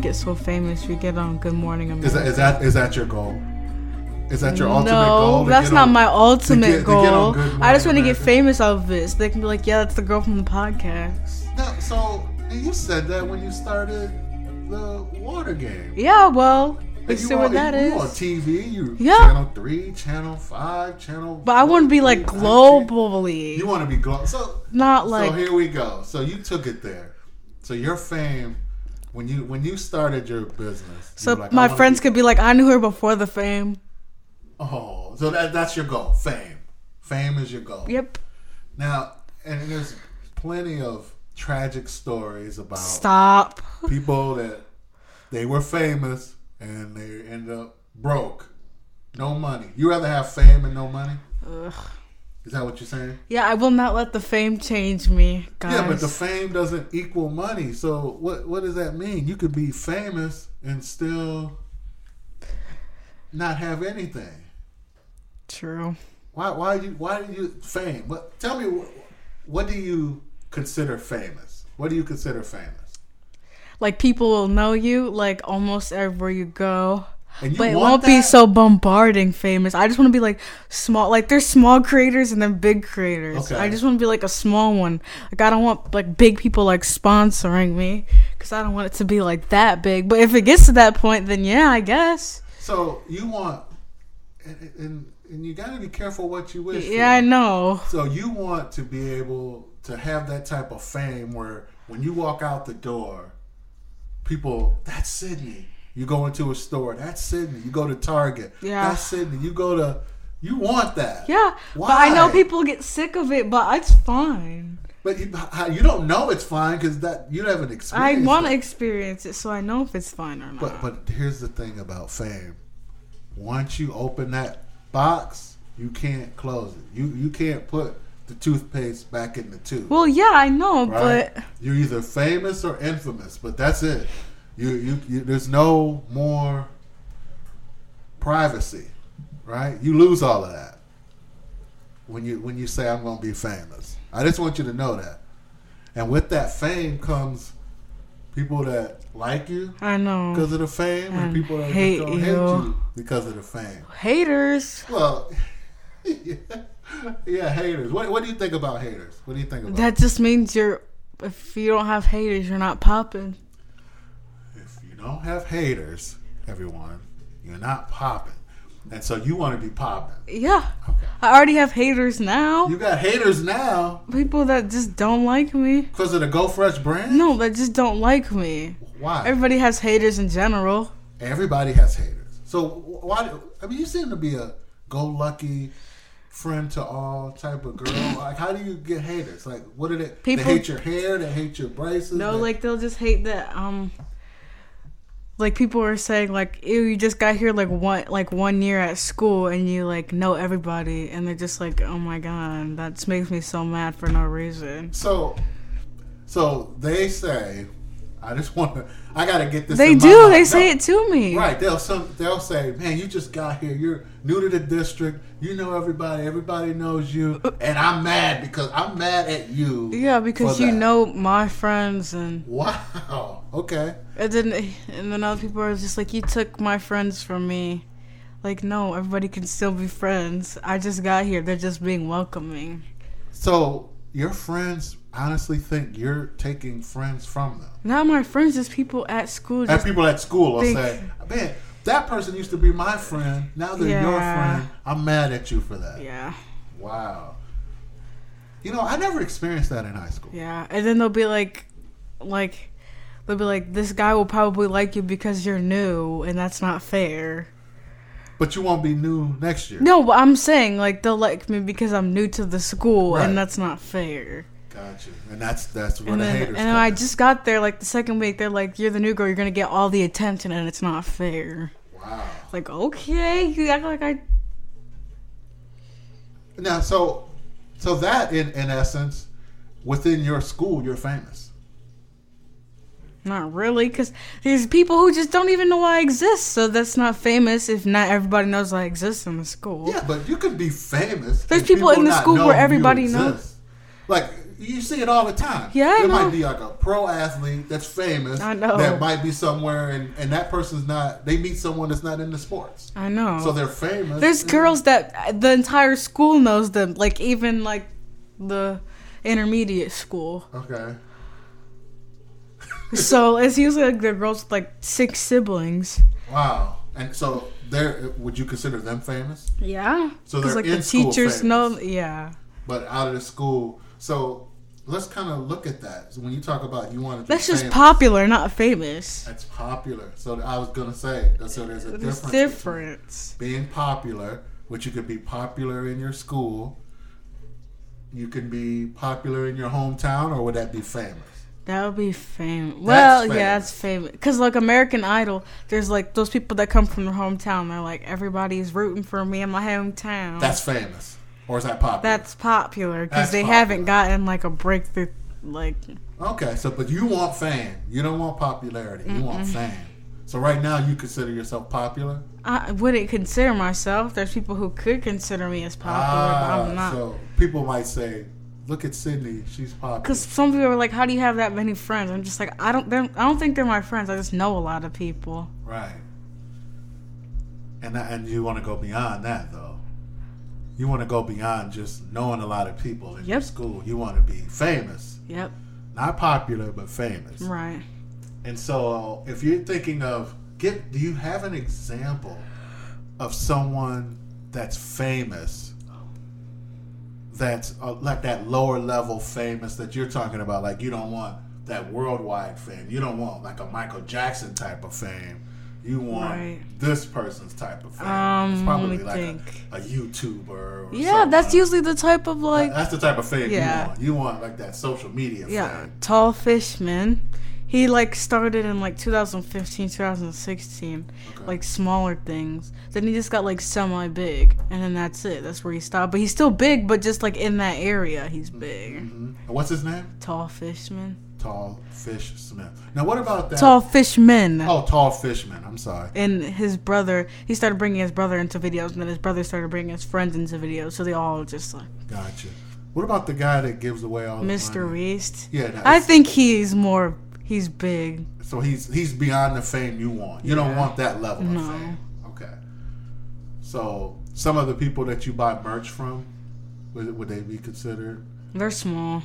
get so famous, you get on Good Morning America. Is that is that is that your goal? Is that your ultimate goal? no, to that's get not on- my ultimate to get on goal. Good I just want Morning to get America? famous out of this. They can be like, yeah, that's the girl from the podcast. No, so and you said that when you started the water game. Yeah, well, And you you see what on- that you on is. TV, you Yeah. channel three, channel five, channel. But I want to be 14, like 19. You globally, want to be global. So not so like here we go. So you took it there. So your fame, when you when you started your business, you so. were like, I My wanna friends be- could be like, I knew her before the fame. Oh, so that that's your goal. Fame, fame is your goal. Yep. Now, and there's plenty of tragic stories about Stop. people that they were famous and they end up broke, no money. You rather have fame and no money? Ugh. Is that what you're saying? Yeah, I will not let the fame change me, guys. Yeah, but the fame doesn't equal money. So what what does that mean? You could be famous and still not have anything. True. Why why you why do you fame? What tell me what, what do you consider famous? What do you consider famous? Like people will know you like almost everywhere you go. And you But it want won't be that? so bombarding famous. I just want to be like small. Like there's small creators and then big creators. Okay. I just want to be like a small one. Like I don't want like big people like sponsoring me because I don't want it to be like that big. But if it gets to that point, then yeah, I guess. So you want, and and, and you got to be careful what you wish. Yeah, I for. know. So you want to be able to have that type of fame where when you walk out the door, people that's Sydney. You go into a store, that's Sydney. You go to Target, Yeah. that's Sydney. You go to, you want that, Yeah, but I know Why? people get sick of it, but it's fine. But you, how- you don't know it's fine because that you haven't I experienced. want it. to experience it so I know if it's fine or not. But but here's the thing about fame. Once you open that box, you can't close it. You you can't put the toothpaste back in the tube. well, yeah, I know, right? but you're either famous or infamous, but that's it. You you, you there's no more privacy, right? You lose all of that when you when you say I'm going to be famous. I just want you to know that. And with that fame comes people that like you, I know because of the fame and And people that hate just don't hate you. you because of the fame. haters. Well, yeah, haters. What, what do you think about haters? What do you think about? That just means you're. If you don't have haters, you're not popping. if you don't have haters, everyone, you're not popping, and so you want to be popping. Yeah, I already have haters now. You got haters now People that just don't like me. because of the Go Fresh brand. No, that just don't like me. why? Everybody has haters in general. Everybody has haters. So wh- why? do- I mean, you seem to be a go lucky friend to all type of girl. Like, how do you get haters? Like, what are they? People- they hate your hair. They hate your braces. No, they- like they'll just hate that. Um, like people are saying, like, ew, you just got here like one like one year at school and you like know everybody, and they're just like, oh my god, that just makes me so mad for no reason. so. So they say, I just want to. I gotta get this. They in my do. mind. They No. say it to me. Right. They'll some. They'll say, man, you just got here. You're new to the district. You know everybody. Everybody knows you. And I'm mad because I'm mad at you. Uh, Yeah, because for you that." know my friends, and Wow. Okay. and then and then other people are just like, you took my friends from me. Like, no, everybody can still be friends. I just got here. They're just being welcoming. So your friends honestly think you're taking friends from them. Not my friends, just people at school. And Just people at school will Big- say, man, that person used to be my friend. Now they're your Yeah. friend. I'm mad at you for that. yeah. Wow. You know, I never experienced that in high school. Yeah, and then they'll be like, like, they'll be like, this guy will probably like you because you're new, and that's not fair. But you won't be new next year. No, but I'm saying like they'll like me because I'm new to the school, Right. and that's not fair. Gotcha. And that's that's where And the then, haters and then come I in. just got there like the second week. They're like, you're the new girl, you're gonna get all the attention, and it's not fair. Wow. Like, okay, you act like I. Now, so, so that in in essence, within your school, you're famous. Not really, because there's people who just don't even know I exist, so that's not famous if not everybody knows I exist in the school. Yeah, but you could be famous. There's and people in the not school know where you everybody exist. knows. Like you see it all the time. Yeah, I there know. might be like a pro athlete that's famous. I know. That might be somewhere, and and that person's not. They meet someone that's not into sports, I know. so they're famous. There's and- girls that the entire school knows them, like even like the intermediate school. Okay. so it's usually like the girls with like six siblings. Wow. And so, there would you consider them famous? Yeah. So Because they're like in the school teachers famous. know. Yeah. but out of the school. So let's kind of look at that. So when you talk about you want to, be That's just famous, popular, not famous. That's popular. So I was gonna say. So there's a There's difference. between difference. Being popular, which you could be popular in your school. You can be popular in your hometown, or would that be famous? That would be famous. Well, famous. yeah, that's famous. Cause like American Idol, there's like those people that come from their hometown. They're like everybody's rooting for me in my hometown. That's famous, or is that popular? That's popular because That's they popular. haven't gotten like a breakthrough. Like, okay. So, but you want fame. You don't want popularity. You want fame. So right now, you consider yourself popular. I wouldn't consider myself. There's people who could consider me as popular, but I'm not. Ah, So people might say, "Look at Sydney. She's popular." Because some people are like, "How do you have that many friends?" I'm just like, I don't. they're- I don't think they're my friends. I just know a lot of people. Right. And that, and you want to go beyond that though. You want to go beyond just knowing a lot of people in your Yep. school. You want to be famous, Yep. not popular, but famous. Right. And so, if you're thinking of get, do you have an example of someone that's famous? That's uh, like that lower level famous that you're talking about. Like you don't want that worldwide fame. You don't want like a Michael Jackson type of fame. You want Right. this person's type of fame. Um, it's let probably me like think. A, a YouTuber. Or Yeah, someone. that's usually the type of like, that's the type of fame Yeah. you want. You want like that social media yeah, fame. tall fishman. He like started in like 2015, 2016, Okay. like smaller things. Then he just got like semi big, and then that's it. That's where he stopped. But he's still big, but just like in that area, he's big. Mhm. And What's his name? Tall fishman. Tall Fish Smith. Now, what about that? Tall fishman. Oh, Tall Fishman. I'm sorry. and his brother he started bringing his brother into videos and then his brother started bringing his friends into videos so they all just like Gotcha. What about the guy that gives away all the mr money? Beast. Yeah, that i is- think he's more he's big So he's he's beyond the fame you want. You don't Yeah. want that level No. of fame. Okay. So some of the people that you buy merch from, would, would they be considered? they're small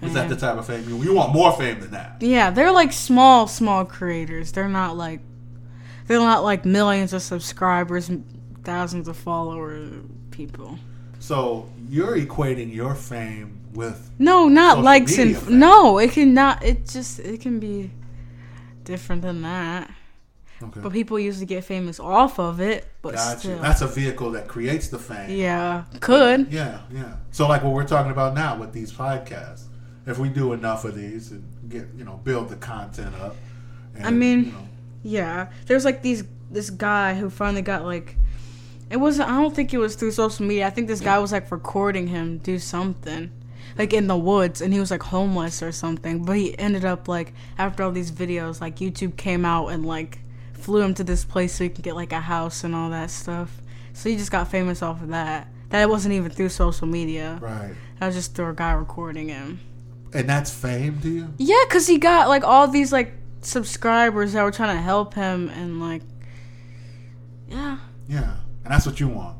Is that the type of fame you want? You want more fame than that. yeah they're like small small creators they're not like they're not like millions of subscribers and thousands of follower people So you're equating your fame with no not Social likes and media, man. no it can not it just it can be different than that okay. but people usually get famous off of it but Gotcha. still That's a vehicle that creates the fame. Yeah, could. Yeah, yeah. So like what we're talking about now with these podcasts, if we do enough of these and get you know build the content up, and, I mean- you know, Yeah, there's like these this guy who finally got like it wasn't. I don't think it was through social media. I think this guy was like recording him do something like in the woods, and he was like homeless or something. But he ended up like after all these videos, like YouTube came out and like flew him to this place so he could get like a house and all that stuff. So he just got famous off of that. That wasn't even through social media. right? That was just through a guy recording him. And that's fame to you? Yeah, cause he got like all these like subscribers that were trying to help him, and like, yeah, Yeah, and that's what you want.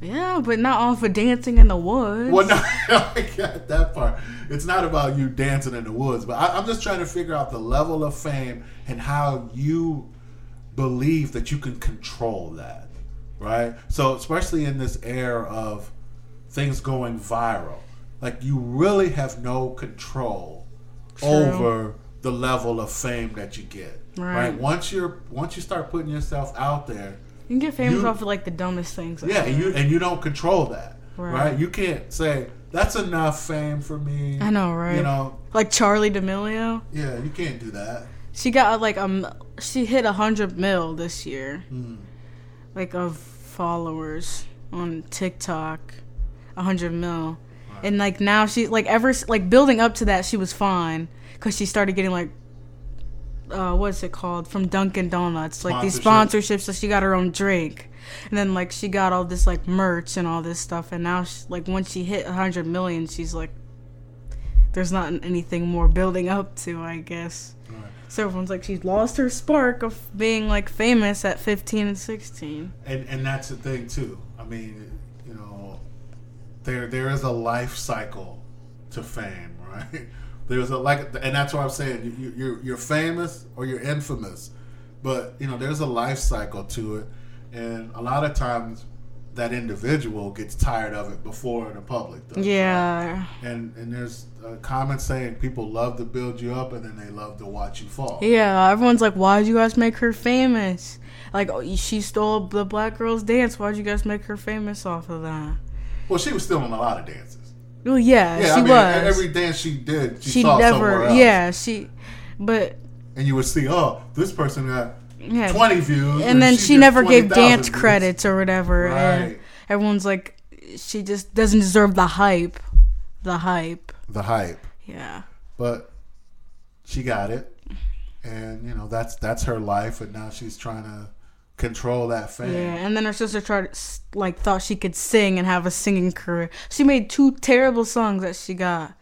yeah, but not all for dancing in the woods. Well, no, I got that part. It's not about you dancing in the woods, but I, I'm just trying to figure out the level of fame and how you believe that you can control that, right? So, especially in this era of things going viral, like you really have no control over the level of fame that you get. Right. Right. Once you're once you start putting yourself out there, You can get famous You- off of like the dumbest things. yeah, and you and you don't control that, right? Right. You can't say that's enough fame for me. I know, right? You know, like Charlie D'Amelio, yeah, you can't do that. she got like um, she hit a hundred mil this year, like of followers on TikTok, a hundred mil. And like now she like ever s- like building up to that she was fine because she started getting like uh, what's it called from Dunkin' Donuts, like these Sponsorship. sponsorships. So she got her own drink, and then like she got all this like merch and all this stuff. And now she, like once she hit 100 million, she's like, there's not anything more building up to, I guess. Right. So everyone's like, she's lost her spark of being like famous at 15 and 16. and and that's the thing too. I mean, you know, there there is a life cycle to fame, right? There's a like, and that's what I'm saying. You- You, you're you're famous or you're infamous, but you know there's a life cycle to it, and a lot of times that individual gets tired of it before the public does. Yeah. And and there's a common saying: people love to build you up, and then they love to watch you fall. Yeah, everyone's like, why'd you guys make her famous? Like, oh, she stole the black girl's dance. Why'd you guys make her famous off of that? Well, she was stealing a lot of dances. Well, yeah, Yeah, she I mean, e-, was. every dance she did, she, she saw never, somewhere else. yeah, she, but, and you would see, oh, this person got yeah. 20 views, and then she, did never gave 20,000 dance views. credits or whatever. And Right. everyone's like, she just doesn't deserve the hype. The hype. The hype, Yeah. but she got it, and you know that's that's her life, and now she's trying to control that fame. Yeah, and then her sister tried, to s- like, thought she could sing and have a singing career. She made two terrible songs that she got,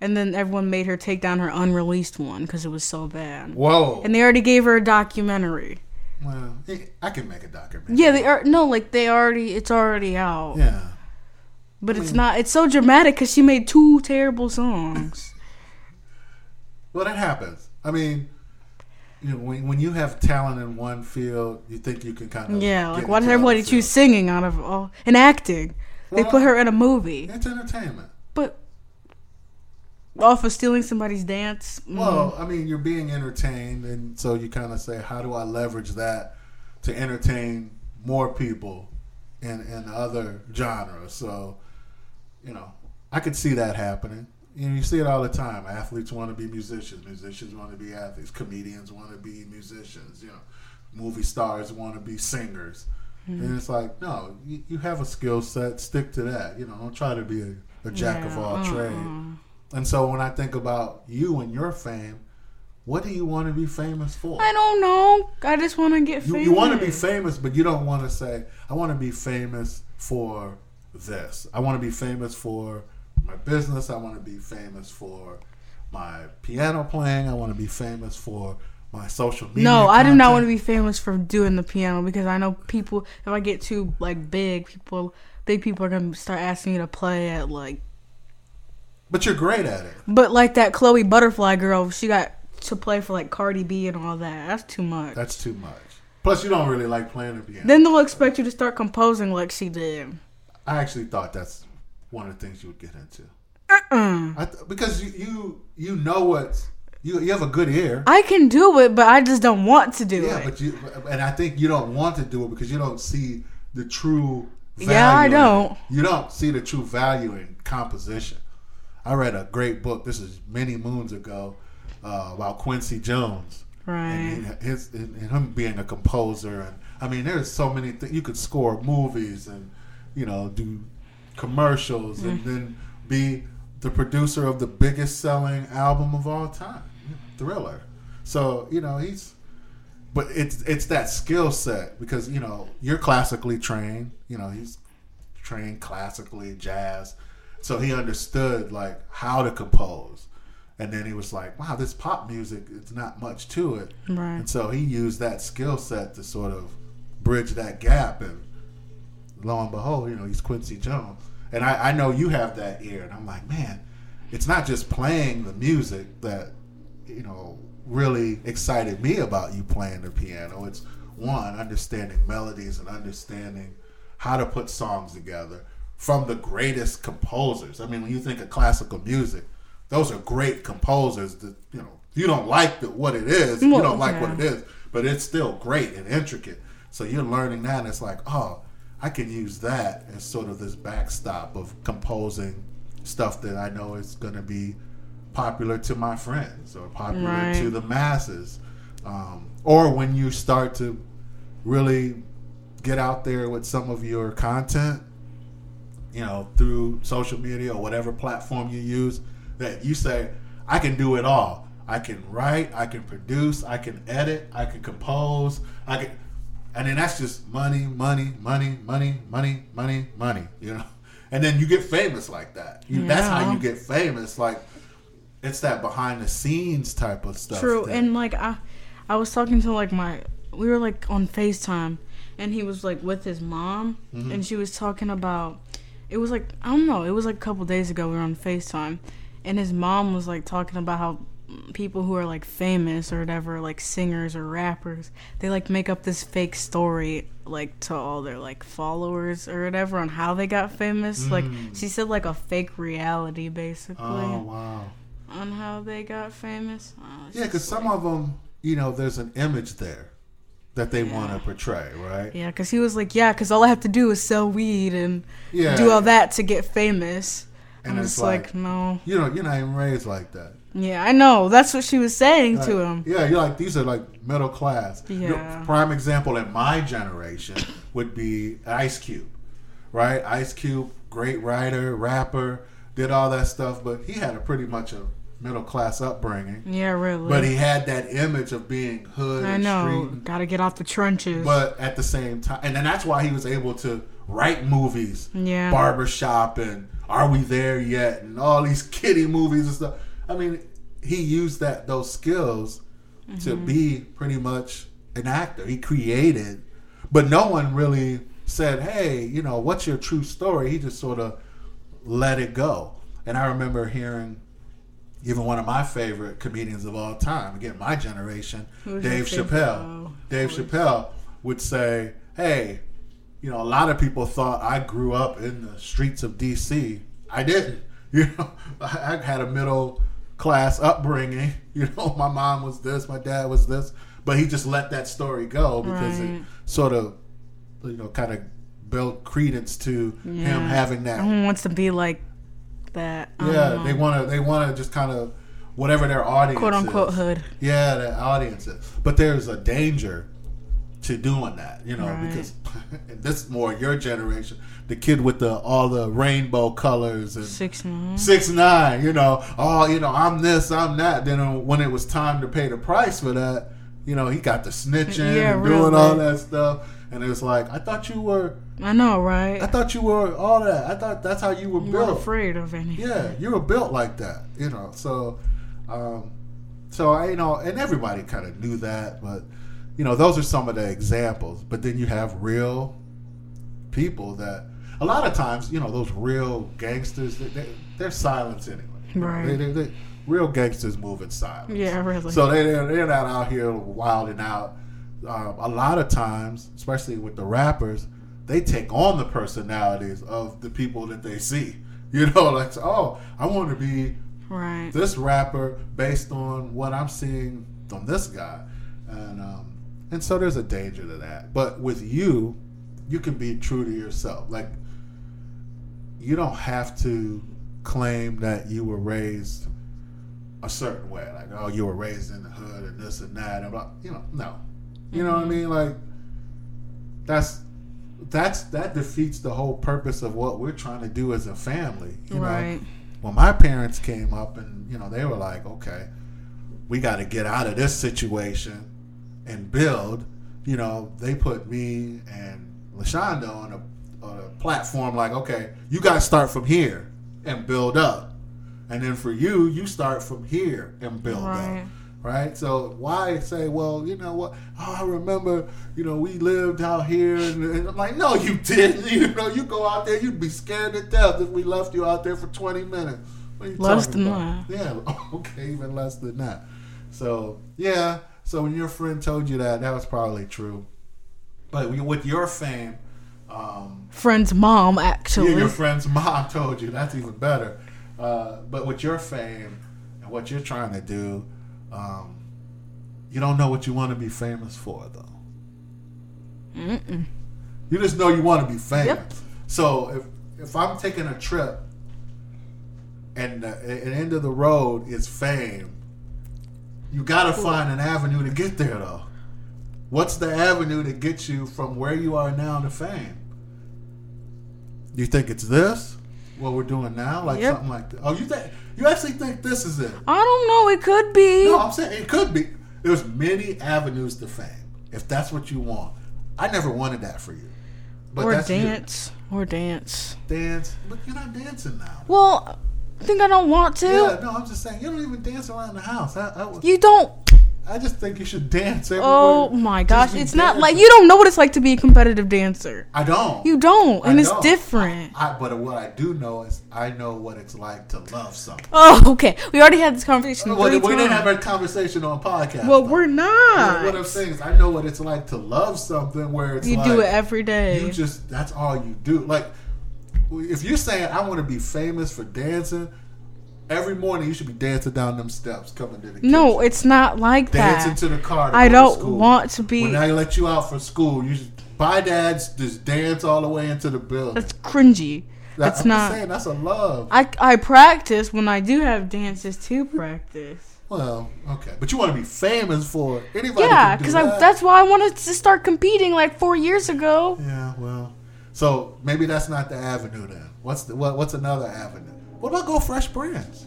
and then everyone made her take down her unreleased one because it was so bad. Whoa! And they already gave her a documentary. well, I can make a documentary. Yeah, they are no, like they already, it's already out, yeah. but it's not. It's so dramatic because she made two terrible songs. Well, that happens. I mean, you know, when, when you have talent in one field, you think you can kind of yeah, like get why did into everybody other fields. choose singing out of all and acting? They Well, put her in a movie, It's entertainment. but off of stealing somebody's dance. mm. Well, I mean, you're being entertained, and so you kind of say, "How do I leverage that to entertain more people in in other genres?" So, you know, I could see that happening. You know, you see it all the time. Athletes want to be musicians. Musicians want to be athletes. Comedians want to be musicians. You know, movie stars want to be singers. And it's like, no, you, you have a skill set. Stick to that. You know, don't try to be a, a jack of Yeah, all trades. uh-uh. And so when I think about you and your fame, what do you want to be famous for? I don't know. I just want to get You, famous. you want to be famous, but you don't want to say, I want to be famous for this. I want to be famous for my business. I want to be famous for my piano playing. I want to be famous for my social media. No, I do not want to content. be famous for doing the piano because I know people. If I get too like big, people, big people are gonna start asking me to play at like. But you're great at it. But like that Chloe Butterfly girl, she got to play for like Cardi B and all that. That's too much. That's too much. Plus, you don't really like playing the piano. Then they'll expect you to start composing like she did. I actually thought that's one of the things you would get into. Mm. I th- because you, you you know what you you have a good ear. I can do it, but I just don't want to do Yeah, it. but you and I think you don't want to do it because you don't see the true. Value Yeah, I in it. don't. You don't see the true value in composition. I read a great book. This is many moons ago uh, about Quincy Jones and right. he- his and and him being a composer. And I mean, there's so many things you could score movies and you know do commercials and then be the producer of the biggest selling album of all time, Thriller. So you know he's but it's it's that skill set because you know you're classically trained. You know he's trained classically jazz, so he understood like how to compose. And then he was like, "Wow, this pop music, it's not much to it." Right. And so he used that skill set to sort of bridge that gap. And lo and behold, you know, he's Quincy Jones. And I, I know you have that ear. And I'm like, man, it's not just playing the music that, you know, really excited me about you playing the piano. It's one, understanding melodies and understanding how to put songs together from the greatest composers. I mean, when you think of classical music, those are great composers that, you know, you don't like the, what it is, you Well, don't like what yeah. it is, but it's still great and intricate. So you're learning that, and it's like, oh, I can use that as sort of this backstop of composing stuff that I know is going to be popular to my friends or popular Right. to the masses. Um, or when you start to really get out there with some of your content, you know, through social media or whatever platform you use, that you say, I can do it all. I can write, I can produce, I can edit, I can compose, I can and then that's just money, money, money, money, money, money, money, you know. And then you get famous like that. You, That's how Yeah. you get famous. Like it's that behind the scenes type of stuff. True, that- and like I, I was talking to like my, we were like on Facetime, and he was like with his mom, Mm-hmm. and she was talking about, it was like I don't know, it was like a couple days ago we were on Facetime, and his mom was like talking about how people who are like famous or whatever, like singers or rappers, they like make up this fake story like to all their like followers or whatever on how they got famous. Like she said, like a fake reality basically Mm. oh wow, on how they got famous. Oh, it's yeah, because just some like- of them, you know, there's an image there that they want Yeah. to portray, right? Yeah, because he was like, yeah, because all I have to do is sell weed and Yeah, do all that to get famous. and I'm it's just like, like, no. you know, you're not even raised like that. Yeah, I know. That's what she was saying to Like, him. Yeah, you're like these are like middle class. You know, Yeah. prime example in my generation would be Ice Cube, right? Ice Cube, great writer, rapper, did all that stuff, but he had a pretty much a middle class upbringing. Yeah, really. But he had that image of being hood Mm-hmm. I and know. street. Gotta get off the trenches. But at the same time, and then that's why he was able to write movies, Yeah. Barbershop, and Are We There Yet, and all these kiddie movies and stuff. I mean, he used that those skills to be pretty much an actor. He created, but no one really said, "Hey, you know, what's your true story?" He just sort of let it go. And I remember hearing even one of my favorite comedians of all time, again, my generation, Who's your Dave favorite? Chappelle. Oh, Dave Chappelle would say, Hey, you know, a lot of people thought I grew up in the streets of D.C. I didn't. You know, I I had a middle class upbringing. You know, my mom was this, my dad was this. But he just let that story go because it Right. sort of, you know, kind of built credence to him Yeah. having that no one wants to be like that. I don't yeah, know. they want to. They want to just kind of whatever their audience, quote unquote is. hood. Yeah, their audience is. But there's a danger to doing that, you know, Right. because and this is more your generation, the kid with the all the rainbow colors and Six nine. six nine, you know, oh, you know, I'm this, I'm that. Then uh, when it was time to pay the price for that, you know, he got the snitching Yeah, and doing all really. that stuff, and it was like, I thought you were, I know, right? I thought you were all that. I thought that's how you were I'm built. not afraid of anything. Yeah, you were built like that, you know. So, um, so I, you know, and everybody kind of knew that, but you know, those are some of the examples. But then you have real people that, a lot of times, you know, those real gangsters, they, they, they're silence anyway. Right. They, they, they, real gangsters move in silence. Yeah, really. So they they're, they're not out here wilding out. Um, a lot of times, especially with the rappers, they take on the personalities of the people that they see. You know, like oh, I want to be right. this rapper based on what I'm seeing from this guy, and um, and so there's a danger to that. But with you, you can be true to yourself. Like you don't have to claim that you were raised a certain way. Like oh, you were raised in the hood and this and that and blah. You know, no. You know Mm-hmm. what I mean? Like that's. That's that defeats the whole purpose of what we're trying to do as a family. You know, right. when my parents came up and you know they were like okay we got to get out of this situation and build you know they put me and lashonda on a, on a platform like okay you got to start from here and build up and then for you you start from here and build Right. up right so why say well you know what oh, i remember you know we lived out here and, and i'm like no you didn't you know you go out there you'd be scared to death if we left you out there for 20 minutes What are you Less talking than about? yeah okay even less than that so yeah so when your friend told you that that was probably true but when- with your fame um Friend's mom actually. yeah, your friend's mom told you. That's even better. Uh, but with your fame and what you're trying to do, um, you don't know what you want to be famous for, though. Mm-mm. You just know you want to be famous. Yep. So if if I'm taking a trip and the, and the end of the road is fame, you got to find an avenue to get there, though. What's the avenue to get you from where you are now to fame? You think it's this? What we're doing now, like Yep. something like that. Oh, you think you actually think this is it? I don't know. It could be. No, I'm saying it could be. There's many avenues to fame if that's what you want. I never wanted that for you. But or that's you. dance. Or dance. Dance. But you're not dancing now. Well, think I don't want to? Yeah, no, I'm just saying you don't even dance around the house. I, I, would- You don't. I just think you should dance. Everywhere. Oh my Just gosh, be it's not dancing. like you don't know what it's like to be a competitive dancer. I don't. You don't, I and it's don't. different. I, but what I do know is I know what it's like to love someone. Oh, okay. We already had this conversation. Well, three we didn't times. have that conversation on podcast. well, though. we're But not. What I'm saying is, I know what it's like to love something where it's you like do it every you day. just that's all you do. Like if you're saying I want to be famous for dancing, every morning you should be dancing down them steps coming to the kitchen. No, it's not like dancing that. to the car. to I go to don't school. want to be. When I let you out for school, you just, by dad's just dance all the way into the building. That's cringy. That's I'm just not. saying that's a love. I, I practice when I do have dances to practice. well, okay, but you want to be famous for it. anybody. Yeah, can do because that. that's why I wanted to start competing like four years ago. Yeah, well, so maybe that's not the avenue then. What's the what, What's another avenue? What about go Fresh Prince?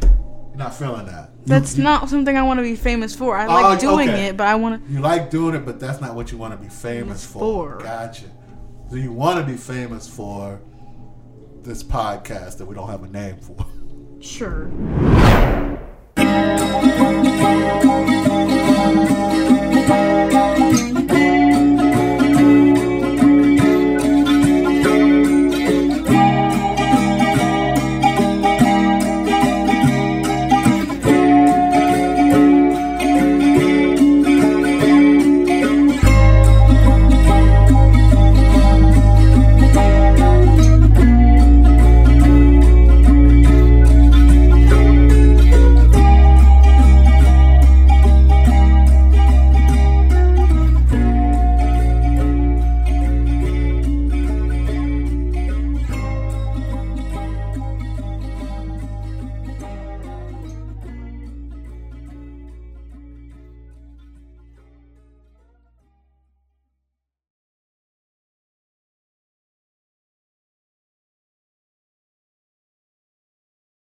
You're not feeling that. You- That's you, not something I want to be famous for. I like Oh, doing okay. it, but I want to. You like doing it, but that's not what you want to be famous for. For. Gotcha. So you want to be famous for this podcast that we don't have a name for. Sure.